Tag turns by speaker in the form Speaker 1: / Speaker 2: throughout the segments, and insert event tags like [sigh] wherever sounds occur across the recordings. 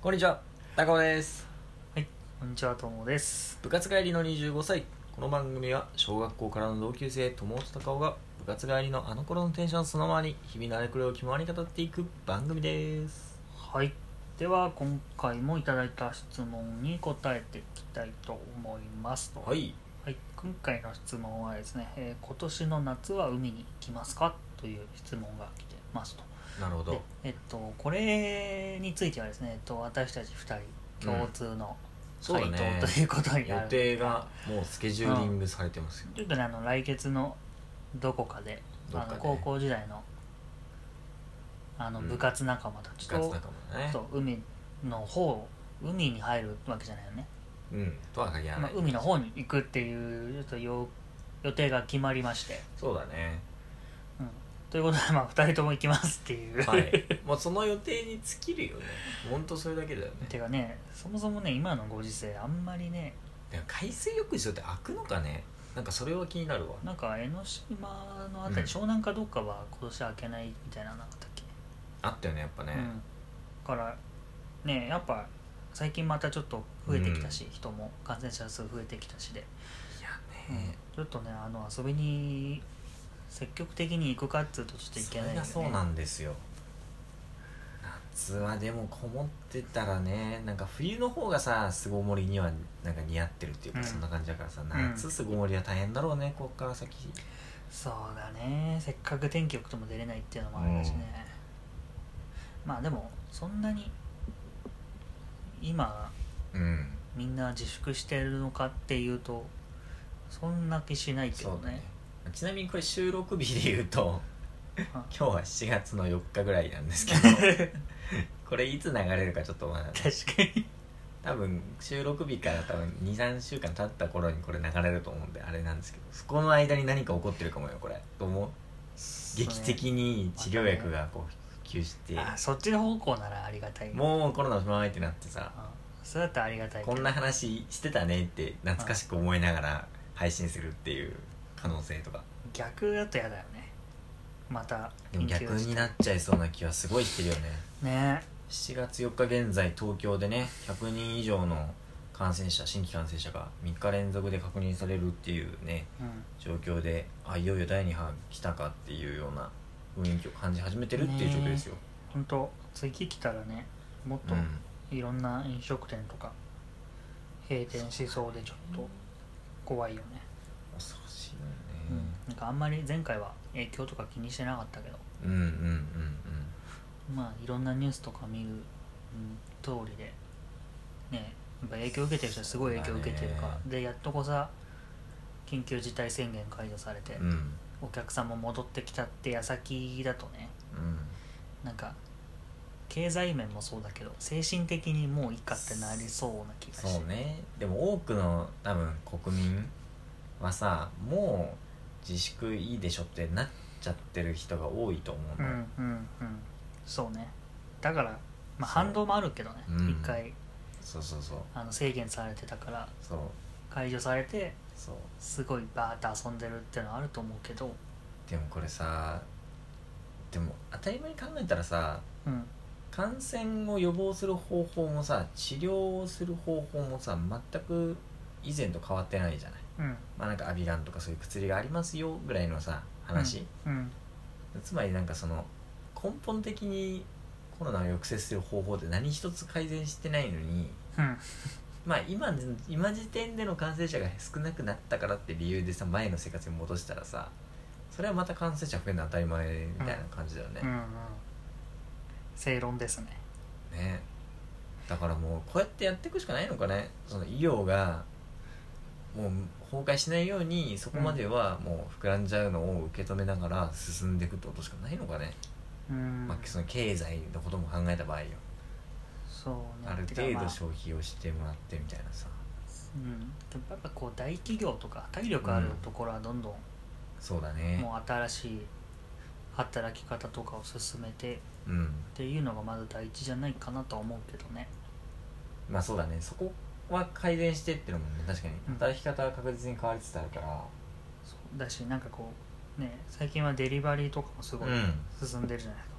Speaker 1: こんにちは高尾です
Speaker 2: はい、こんにちは、ともです。
Speaker 1: 部活帰りの25歳この番組は小学校からの同級生友達高尾が部活帰りのあの頃のテンションそのままに日々のあれこれを気ままに語っていく番組です
Speaker 2: はい、では、今回もいただいた質問に答えていきたいと思います。
Speaker 1: は、い
Speaker 2: はい、今回の質問はですね、えー今年の夏は海に行きますかという質問が来てますと。
Speaker 1: なるほ
Speaker 2: で
Speaker 1: ど
Speaker 2: えっと、これについてはですね、えっと、私たち2人共通の
Speaker 1: そう
Speaker 2: 回
Speaker 1: だ
Speaker 2: 答
Speaker 1: ね
Speaker 2: ということに
Speaker 1: 予
Speaker 2: なる、
Speaker 1: 定がもうスケジューリングされてますよ、
Speaker 2: ちょっとねあの来月のどこかで
Speaker 1: どっか
Speaker 2: あ
Speaker 1: で
Speaker 2: の高校時代のあの
Speaker 1: うん
Speaker 2: 部活仲間たち
Speaker 1: 部
Speaker 2: と、
Speaker 1: 活仲間だね
Speaker 2: そう海の方海に入るわけじゃないよね、
Speaker 1: うんとは限ら
Speaker 2: ま
Speaker 1: な
Speaker 2: あ
Speaker 1: い、、
Speaker 2: 海の方に行くっていうちょっとよ予定が決まりまして、
Speaker 1: そうだ [laughs] ね
Speaker 2: うん、ということで、まあ、2人とも行きますっていう、
Speaker 1: はいもうその予定に尽きるよねほんとそれだけだよね
Speaker 2: [laughs] てかねそもそもね今のご時世あんまりね
Speaker 1: でも海水浴場って開くのかねなんかそれは気になるわ
Speaker 2: なんか江ノ島のあたり、
Speaker 1: うん
Speaker 2: 湘南かどっかは今年開けないみたいなのなかったっけ
Speaker 1: あったよねやっぱね、
Speaker 2: うん、だからねやっぱ最近またちょっと増えてきたし、人も感染者数増えてきたしで、
Speaker 1: いやね、
Speaker 2: ちょっとねあの遊びに積極的に行くかっつうとちょっといけないよ、ね、
Speaker 1: それがそうなんですよ夏はでもこもってたらねなんか冬の方がさ巣ごもりにはなんか似合ってるっていうか、
Speaker 2: うん
Speaker 1: そんな感じだからさ夏巣ごもりは大変だろうねこっから先
Speaker 2: そうだねせっかく天気良くても出れないっていうのもあるしね、まあでもそんなに今
Speaker 1: うん
Speaker 2: みんな自粛してるのかっていうとそんな気しないけ
Speaker 1: そ
Speaker 2: ど
Speaker 1: うだね
Speaker 2: ね
Speaker 1: ちなみにこれ収録日で言うと [laughs] 今
Speaker 2: あ
Speaker 1: 日は7月の4日ぐらいなんですけどこれいつ流れるかちょっとまだ
Speaker 2: [laughs] 確かに
Speaker 1: 多分収録日から多分23週間経った頃にこれ流れると思うんであれなんですけどそこの間に何か起こってるかもよこれと思う劇的に治療薬がこう普及して
Speaker 2: あそっちの方向ならありがたい
Speaker 1: もうコロナおしまいってなってさ
Speaker 2: あそれだったらありがたいけど
Speaker 1: こんな話してたねって懐かしく思いながら配信するっていう可能性とか
Speaker 2: 逆だと嫌だよねまた
Speaker 1: でも逆になっちゃいそうな気はすごいしてるよね
Speaker 2: ね
Speaker 1: 7月4日現在東京でね100人以上の感染者新規感染者が3日連続で確認されるっていうね
Speaker 2: うん
Speaker 1: 状況であいよいよ第2波来たかっていうような雰囲気を感じ始めてるっていう状況ですよ、
Speaker 2: 本当次来たらねもっ
Speaker 1: う
Speaker 2: と
Speaker 1: ん
Speaker 2: いろんな飲食店とか閉店しそうでちょっと怖いよね、
Speaker 1: 恐ろしいよ
Speaker 2: うん
Speaker 1: ね、
Speaker 2: なんかあんまり前回は影響とか気にしてなかったけど
Speaker 1: うん、うんうんうん
Speaker 2: まあいろんなニュースとか見るうん通りでねやっぱ影響受けてる人はすごい影響受けてるか
Speaker 1: そう
Speaker 2: ら
Speaker 1: だ、
Speaker 2: でやっとこさ緊急事態宣言解除されて、
Speaker 1: うんうん
Speaker 2: お客さんも戻ってきたって矢先だとねなんか経済面もそうだけど精神的にもういいかってなりそうな気がして
Speaker 1: そうねでも多くの多分国民はさもう自粛いいでしょってなっちゃってる人が多いと思う
Speaker 2: うん
Speaker 1: の、
Speaker 2: うんうんそうねだから、まあ、
Speaker 1: そう
Speaker 2: 反動もあるけどね
Speaker 1: うん
Speaker 2: 一、回
Speaker 1: そうそうそう
Speaker 2: あの制限されてたから
Speaker 1: そう
Speaker 2: 解除されて
Speaker 1: そう
Speaker 2: すごいバーッと遊んでるってのはあると思うけど
Speaker 1: でもこれさでも当たり前に考えたらさ
Speaker 2: うん
Speaker 1: 感染を予防する方法もさ治療をする方法もさ全く以前と変わってないじゃない
Speaker 2: うん
Speaker 1: まあなんかアビガンとかそういう薬がありますよぐらいのさ話、
Speaker 2: うん
Speaker 1: つまりなんかその根本的にコロナを抑制する方法って何一つ改善してないのに
Speaker 2: うん
Speaker 1: まあ今今時点での感染者が少なくなったからって理由でさ前の生活に戻したらさそれはまた感染者増えるの当たり前みたいな感じだよね、
Speaker 2: うんうん正論ですね
Speaker 1: ねだからもうこうやってやっていくしかないのかねその医療がもう崩壊しないようにそこまではもう膨らんじゃうのを受け止めながら進んでいくってことしかないのかね、
Speaker 2: うん、
Speaker 1: まあ、その経済のことも考えた場合よ
Speaker 2: そうね
Speaker 1: ある
Speaker 2: てか
Speaker 1: 程
Speaker 2: ま
Speaker 1: 度消費をしてもらってみたいなさ
Speaker 2: うん、でもやっぱこう大企業とか体力あるところはどんどん
Speaker 1: そうだね
Speaker 2: もう新しい働き方とかを進めてっ
Speaker 1: うん
Speaker 2: ていうのがまず第一じゃないかなとは思うけどね
Speaker 1: まあそうだねそこは改善してってのもね確かに
Speaker 2: うん
Speaker 1: 働き方は確実に変わりつつあるから
Speaker 2: そうだしなんかこうね最近はデリバリーとかもすごい進んでるじゃないですか、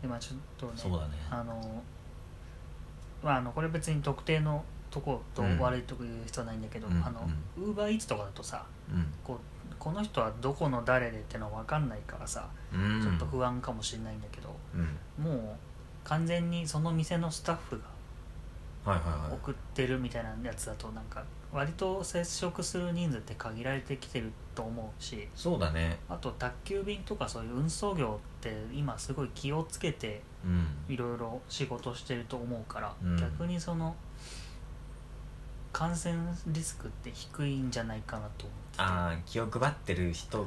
Speaker 2: でまあちょっとね
Speaker 1: だね
Speaker 2: あのまあ、あのこれ別に特定のとこと
Speaker 1: うん
Speaker 2: 悪いとこ言う必要はないんだけど、
Speaker 1: うん
Speaker 2: あのウーバーイーツとかだとさ
Speaker 1: うん
Speaker 2: こうこの人はどこの誰でっての分かんないからさ
Speaker 1: うん
Speaker 2: ちょっと不安かもしれないんだけど、
Speaker 1: うん
Speaker 2: もう完全にその店のスタッフが
Speaker 1: はいはいはい
Speaker 2: 送ってるみたいなやつだとなんか割と接触する人数って限られてきてると思うし
Speaker 1: そうだね
Speaker 2: あと宅急便とかそういう運送業って今すごい気をつけて
Speaker 1: うん
Speaker 2: いろいろ仕事してると思うから、
Speaker 1: うん
Speaker 2: 逆にその感染リスクって低いんじゃないかなと思ってて
Speaker 1: ああ気を配ってる人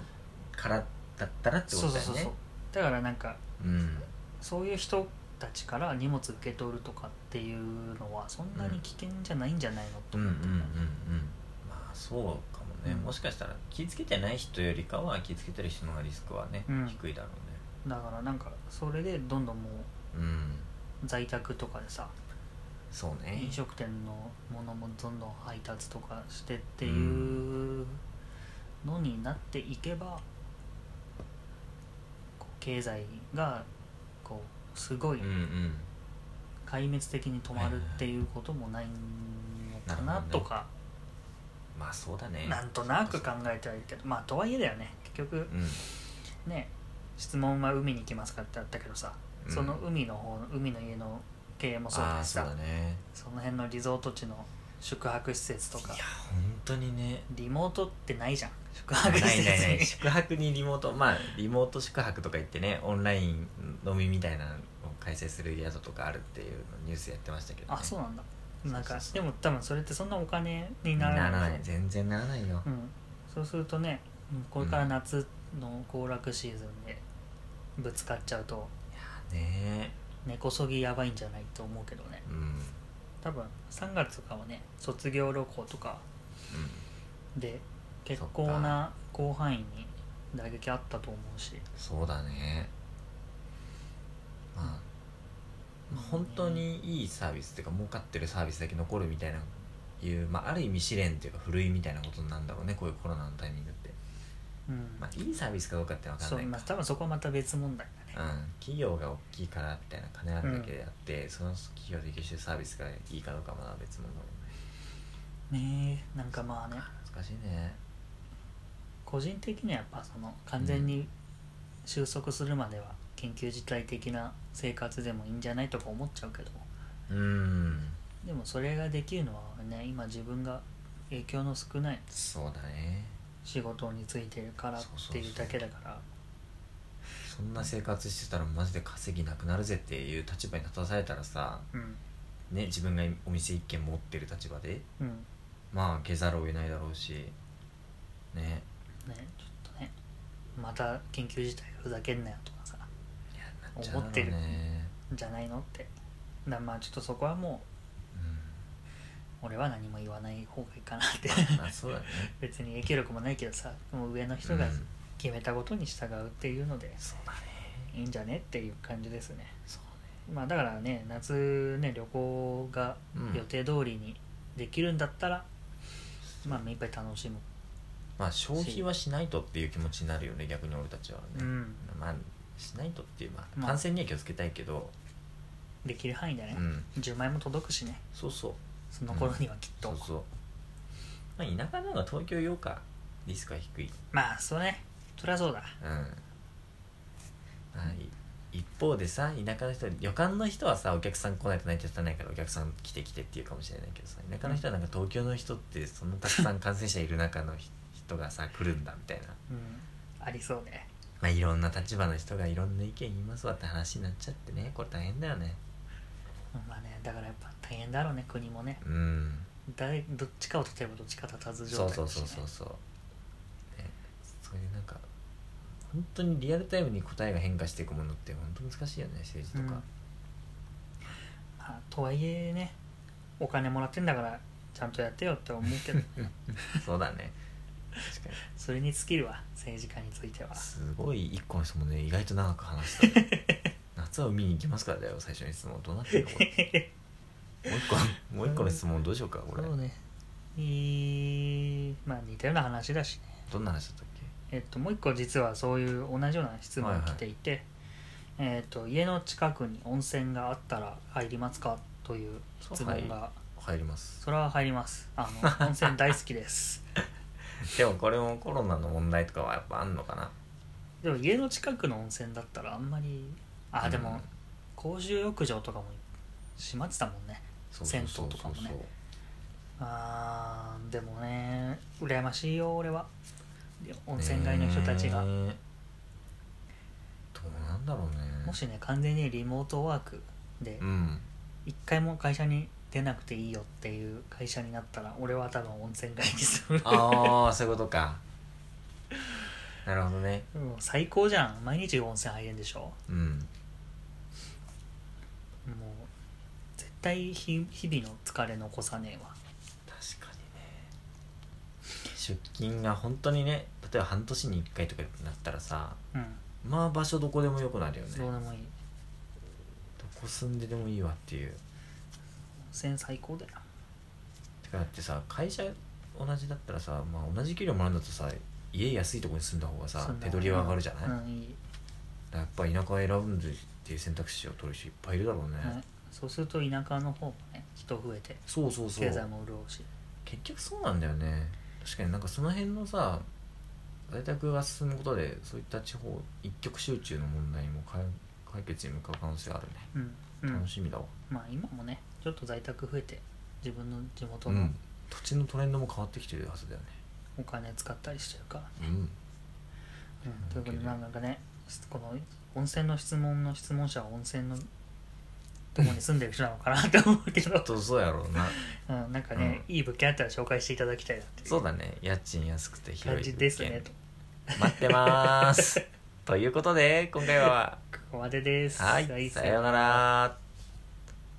Speaker 1: からだったらってこ
Speaker 2: そう
Speaker 1: とだ
Speaker 2: そう
Speaker 1: よ
Speaker 2: そう
Speaker 1: ね
Speaker 2: そうだからなんか
Speaker 1: うん
Speaker 2: そういう人たちから荷物受け取るとかっていうのはそんなに危険じゃないんじゃないのと
Speaker 1: うんうんう
Speaker 2: 思っ
Speaker 1: ん
Speaker 2: て、
Speaker 1: うんまあそうかもね、
Speaker 2: うん
Speaker 1: もしかしたら気ぃつけてない人よりかは気ぃつけてる人の方がリスクはね、
Speaker 2: うん
Speaker 1: 低いだろ
Speaker 2: だからなんかそれでどんどんもう
Speaker 1: うねうん
Speaker 2: 在宅とかでさ
Speaker 1: そうね
Speaker 2: 飲食店のものもどんどん配達とかしてっていうのになっていけばこう経済がこうすごい
Speaker 1: うんうん
Speaker 2: 壊滅的に止まるっていうこともないのかなとか
Speaker 1: まあそうだね
Speaker 2: なんとなく考えてはいるけどまあとはいえだよね結局
Speaker 1: うん
Speaker 2: ね質問は海に行きますかってあったけどさ
Speaker 1: うん
Speaker 2: その海の方の海の家の経営もそう
Speaker 1: あ
Speaker 2: だ
Speaker 1: あ
Speaker 2: し
Speaker 1: そう
Speaker 2: さ
Speaker 1: だね
Speaker 2: その辺のリゾート地の宿泊施設とか
Speaker 1: いや本当にね
Speaker 2: リモートってないじゃん宿
Speaker 1: な
Speaker 2: 泊
Speaker 1: い
Speaker 2: 施
Speaker 1: ないな
Speaker 2: 設
Speaker 1: い
Speaker 2: に
Speaker 1: 宿泊にリモートまあリモート宿泊とか言ってねオンライン飲みみたいなのを開催する宿とかあるっていうのニュースやってましたけど、ね、
Speaker 2: あそうなんだなん
Speaker 1: そ
Speaker 2: か
Speaker 1: うそうそう
Speaker 2: でも多分それってそんなお金に
Speaker 1: な
Speaker 2: なら
Speaker 1: ら
Speaker 2: な
Speaker 1: ないい全然ならないよ
Speaker 2: うん、そうするとねうんこれから夏の行楽シーズンでぶつかっちゃうと
Speaker 1: ね
Speaker 2: 根こそぎやばいんじゃないと思うけどね
Speaker 1: えうんうん
Speaker 2: 多分3月とかはね卒業旅行とかで結構な広範囲に打撃あったと思うし
Speaker 1: そうだねまあまあ本当にいいサービスっていうか儲かってるサービスだけ残るみたいないう、まあ、ある意味試練っていうかふるいみたいなことになるんだろうねこういうコロナのタイミングって、
Speaker 2: うん、
Speaker 1: まあ、いいサービスかどうかって分かん
Speaker 2: そう
Speaker 1: ない
Speaker 2: まあ多分そこはまた別問題だね
Speaker 1: うん、企業が大きいからみたいな金あるだけであって、その企業で提供してるサービスがいいかどうかはまだ別物だもんね
Speaker 2: ねえなんかまあね
Speaker 1: 難しいね
Speaker 2: 個人的にはやっぱその完全に収束するまでは緊急事態的な生活でもいいんじゃないとか思っちゃうけど
Speaker 1: うん
Speaker 2: でもそれができるのはね今自分が影響の少ない
Speaker 1: そうだね
Speaker 2: 仕事についてるからっていうだけだから
Speaker 1: そんな生活してたらマジで稼ぎなくなるぜっていう立場に立たされたらさ、
Speaker 2: うん
Speaker 1: ね、自分がお店一軒持ってる立場で
Speaker 2: うん
Speaker 1: まあ受けざるを得ないだろうしね
Speaker 2: ねちょっとねまた緊急事態ふざけんなよとかさ
Speaker 1: いやなっちゃうだ
Speaker 2: 思って
Speaker 1: ろう
Speaker 2: る
Speaker 1: ね
Speaker 2: じゃないのってだからまあちょっとそこはもう俺は何も言わない方がいいかなっ
Speaker 1: [laughs]
Speaker 2: て
Speaker 1: うんまあそうだね
Speaker 2: 別に影響力もないけどさもう上の人が
Speaker 1: うん
Speaker 2: 決めたことに従うっていうので、
Speaker 1: そうだね
Speaker 2: いいんじゃねっていう感じですね
Speaker 1: そうね
Speaker 2: まあだからね夏ね旅行が
Speaker 1: うん
Speaker 2: 予定通りにできるんだったら、まあ目いっぱい楽しむ
Speaker 1: まあ消費はしないとっていう気持ちになるよね逆に俺たちはね、
Speaker 2: うん
Speaker 1: まあしないとっていうまあ
Speaker 2: まあ
Speaker 1: 感染には気をつけたいけど、
Speaker 2: できる範囲でね、
Speaker 1: うん
Speaker 2: 10万円も届くしね
Speaker 1: そうそう
Speaker 2: その頃にはきっと、
Speaker 1: そうそうまあ田舎の方が東京ようかリスクは低い
Speaker 2: まあそうねそりゃそうだ
Speaker 1: うんまあい一方でさ田舎の人旅館の人はさお客さん来ないと成り立たないからお客さん来て来てっていうかもしれないけどさ田舎の人はなんか東京の人ってそんなたくさん感染者いる中のひ人がさ来るんだみたいな
Speaker 2: うんありそうね
Speaker 1: まあいろんな立場の人がいろんな意見言いますわって話になっちゃってねこれ大変だよね
Speaker 2: まあねだからやっぱ大変だろうね国もね
Speaker 1: うん
Speaker 2: 誰どっちかを立てればどっちか立たず状
Speaker 1: そう
Speaker 2: 態だし、
Speaker 1: そ
Speaker 2: ね、
Speaker 1: うそうそうそう、ね、そういうなんか本当にリアルタイムに答えが変化していくものって本当難しいよね政治とか、
Speaker 2: まあ、とはいえねお金もらってんだからちゃんとやってよって思う
Speaker 1: [laughs]
Speaker 2: けど
Speaker 1: そうだね確かに
Speaker 2: それに尽きるわ政治家については
Speaker 1: すごい一個の人もね意外と長く話したね夏は海に行きますからだよ最初の質問どうなってんのこれもう一個もう一個の質問どうしようかこれ
Speaker 2: そうねいいまあ似たような話だしね
Speaker 1: どんな話だったっ
Speaker 2: えっともう一個実はそういう同じような質問が来ていて、えー、と家の近くに温泉があったら入りますかという質問が、
Speaker 1: は入ります
Speaker 2: それは入りますあの温泉大好きです
Speaker 1: でもこれもコロナの問題とかはやっぱあんのかな
Speaker 2: でも家の近くの温泉だったらあんまりあでも、
Speaker 1: うん
Speaker 2: 公衆浴場とかも閉まってたもんね
Speaker 1: そうそうそう
Speaker 2: 銭湯とかもね
Speaker 1: そう
Speaker 2: あーでもね羨ましいよ俺は温泉街の人たちが、
Speaker 1: ねえどうなんだろうね
Speaker 2: もしね完全にリモートワークで
Speaker 1: うん
Speaker 2: 一回も会社に出なくていいよっていう会社になったら俺は多分温泉街にする
Speaker 1: ああそういうことかなるほどね
Speaker 2: もう最高じゃん毎日温泉入れんでしょも
Speaker 1: うん
Speaker 2: う絶対ひ日々の疲れ残さねえわ
Speaker 1: 確かにね出勤が本当にね例えば半年に1回とかになったらさ
Speaker 2: うん
Speaker 1: まあ場所どこでもよくなるよね
Speaker 2: どう
Speaker 1: ど
Speaker 2: でもいい温
Speaker 1: こ住んででもいいわっていう
Speaker 2: 泉最高だよ
Speaker 1: てかだってさ会社同じだったらさ、まあ、同じ給料もらうんだとさ家安いとこに住んだ方が
Speaker 2: そ
Speaker 1: さ
Speaker 2: んな
Speaker 1: 手取りは上がるじゃない、だか
Speaker 2: うんいい、
Speaker 1: らやっぱ田舎を選ぶっていう選択肢を取る人いっぱいいるだろうね、
Speaker 2: ね、そうすると田舎の方もね人増えて
Speaker 1: そうそうそう
Speaker 2: 経済も潤うし
Speaker 1: 結局そうなんだよね確かになんかその辺のさ在宅が進むことでそういった地方一極集中の問題も解解決に向かう可能性あるね、
Speaker 2: うんうん
Speaker 1: 楽しみだわ、
Speaker 2: まあ今もねちょっと在宅増えて自分の地元
Speaker 1: う
Speaker 2: の
Speaker 1: ん、土地のトレンドも変わってきてるはずだよね
Speaker 2: お金使ったりしてるから、
Speaker 1: うん
Speaker 2: うん、ということでなんかねこの温泉の質問の質問者は温泉のとこに住んでる人なのかなって思うけど、
Speaker 1: とそうやろうな
Speaker 2: うん、なんかね、いい物件あったら紹介していただきたいなっていう
Speaker 1: そうだね家賃安くて
Speaker 2: 感
Speaker 1: 広い
Speaker 2: じですねと
Speaker 1: 物件待って
Speaker 2: [laughs]
Speaker 1: ますということで今回は
Speaker 2: ここまでです
Speaker 1: はいさようなら